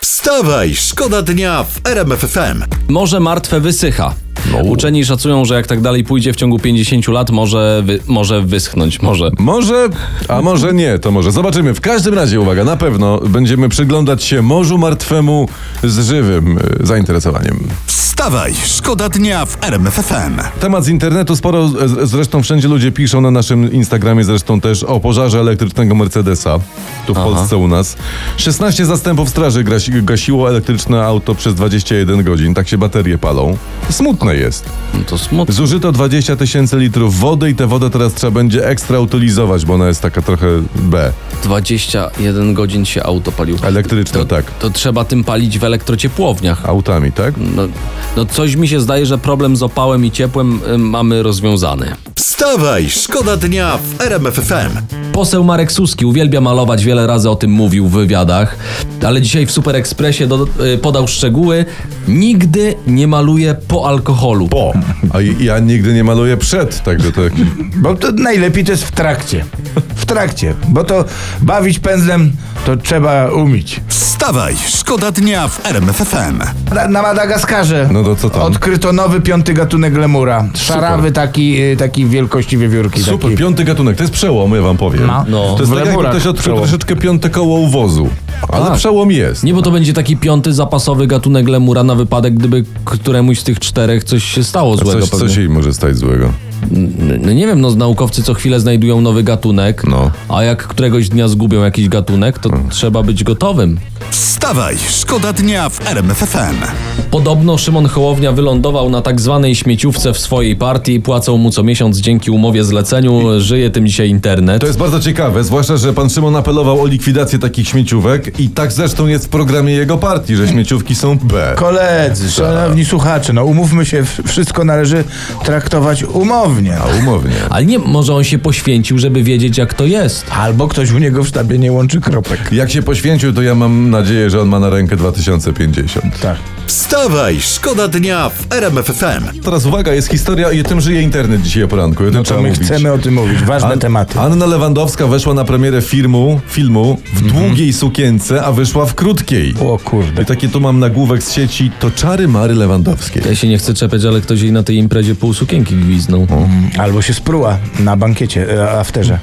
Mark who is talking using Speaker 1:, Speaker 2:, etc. Speaker 1: Wstawaj, szkoda dnia w RMFFM.
Speaker 2: Morze martwe wysycha.
Speaker 3: No.
Speaker 2: Uczeni szacują, że jak tak dalej pójdzie w ciągu 50 lat, może, wy, może wyschnąć. Może.
Speaker 3: Może, a może nie, to może. Zobaczymy. W każdym razie, uwaga, na pewno będziemy przyglądać się Morzu Martwemu z żywym y, zainteresowaniem.
Speaker 1: Wstawaj, szkoda dnia w RMFFM.
Speaker 3: Temat z internetu sporo, e, z- zresztą wszędzie ludzie piszą na naszym Instagramie zresztą też o pożarze elektrycznego Mercedesa. Tu w Polsce u nas. 16 zastępów straży gasi- gasiło elektryczne auto przez 21 godzin. Tak się baterie palą. Smutne jest.
Speaker 2: No to smutne.
Speaker 3: Zużyto 20 tysięcy litrów wody i tę wodę teraz trzeba będzie ekstra utylizować, bo ona jest taka trochę B.
Speaker 2: 21 godzin się auto paliło.
Speaker 3: Elektryczne,
Speaker 2: to,
Speaker 3: tak.
Speaker 2: To trzeba tym palić w elektrociepłowniach.
Speaker 3: Autami, tak?
Speaker 2: No, no coś mi się zdaje, że problem z opałem i ciepłem y, mamy rozwiązany.
Speaker 1: Wstawaj, szkoda dnia w RMFFM.
Speaker 2: Poseł Marek Suski uwielbia malować, wiele razy o tym mówił w wywiadach, ale dzisiaj w Super Expressie do, y, podał szczegóły. Nigdy nie maluje po alkoholu.
Speaker 3: Po. A i- ja nigdy nie maluję przed, także to...
Speaker 4: Bo to najlepiej to jest w trakcie. W trakcie. Bo to bawić pędzlem to trzeba umieć.
Speaker 1: Wstawaj, szkoda dnia w RMFFM.
Speaker 4: Na, na Madagaskarze
Speaker 3: No to co tam?
Speaker 4: odkryto nowy piąty gatunek lemura. Szarawy taki, y, taki wielkości wiewiórki.
Speaker 3: Super,
Speaker 4: taki.
Speaker 3: piąty gatunek, to jest przełom, ja wam powiem.
Speaker 4: No.
Speaker 2: No.
Speaker 3: To jest
Speaker 4: W
Speaker 3: tak jakby
Speaker 4: lemurach
Speaker 3: ktoś odkrył
Speaker 4: przełom.
Speaker 3: troszeczkę piąte koło u wozu. Ale
Speaker 2: Tak.
Speaker 3: przełom jest.
Speaker 2: Nie, bo to będzie taki piąty zapasowy gatunek lemura na wypadek, gdyby któremuś z tych czterech coś się stało
Speaker 3: A
Speaker 2: złego.
Speaker 3: Coś,
Speaker 2: pewnie.
Speaker 3: coś jej może stać złego.
Speaker 2: No nie wiem, no naukowcy co chwilę znajdują nowy gatunek,
Speaker 3: No.
Speaker 2: a jak któregoś dnia zgubią jakiś gatunek, to trzeba być gotowym.
Speaker 1: Wstawaj, szkoda dnia w RMFFM.
Speaker 2: Podobno Szymon Hołownia wylądował na tak zwanej śmieciówce w swojej partii, płacą mu co miesiąc dzięki umowie zleceniu, żyje tym dzisiaj internet.
Speaker 3: To jest bardzo ciekawe, zwłaszcza, że pan Szymon apelował o likwidację takich śmieciówek i tak zresztą jest w programie jego partii, że śmieciówki są B.
Speaker 4: Koledzy, szanowni słuchacze, no umówmy się, w- wszystko należy traktować umownie.
Speaker 3: A umownie.
Speaker 2: Ale nie, może on się poświęcił, żeby wiedzieć jak to jest.
Speaker 4: Albo ktoś u niego w sztabie nie łączy kropek.
Speaker 3: Jak się poświęcił, to ja mam nadzieję, że on ma na rękę 2050.
Speaker 4: Tak.
Speaker 1: Wstawaj, szkoda dnia w RMFFM.
Speaker 3: Teraz uwaga, jest historia i o tym żyje internet dzisiaj o poranku. i O tym
Speaker 4: No To
Speaker 3: trzeba
Speaker 4: my
Speaker 3: mówić.
Speaker 4: chcemy o tym mówić. Ważne
Speaker 3: An-
Speaker 4: tematy.
Speaker 3: Anna Lewandowska weszła na premierę filmu, filmu w długiej sukience, a wyszła w krótkiej.
Speaker 4: Mhm. O kurde.
Speaker 3: I takie tu mam nagłówek z sieci, to czary Mary Lewandowskiej.
Speaker 2: Ja się nie chcę czepiać, ale ktoś jej na tej imprezie pół sukienki gwiznął.
Speaker 4: y, Albo się spruła na bankiecie, e, afterze.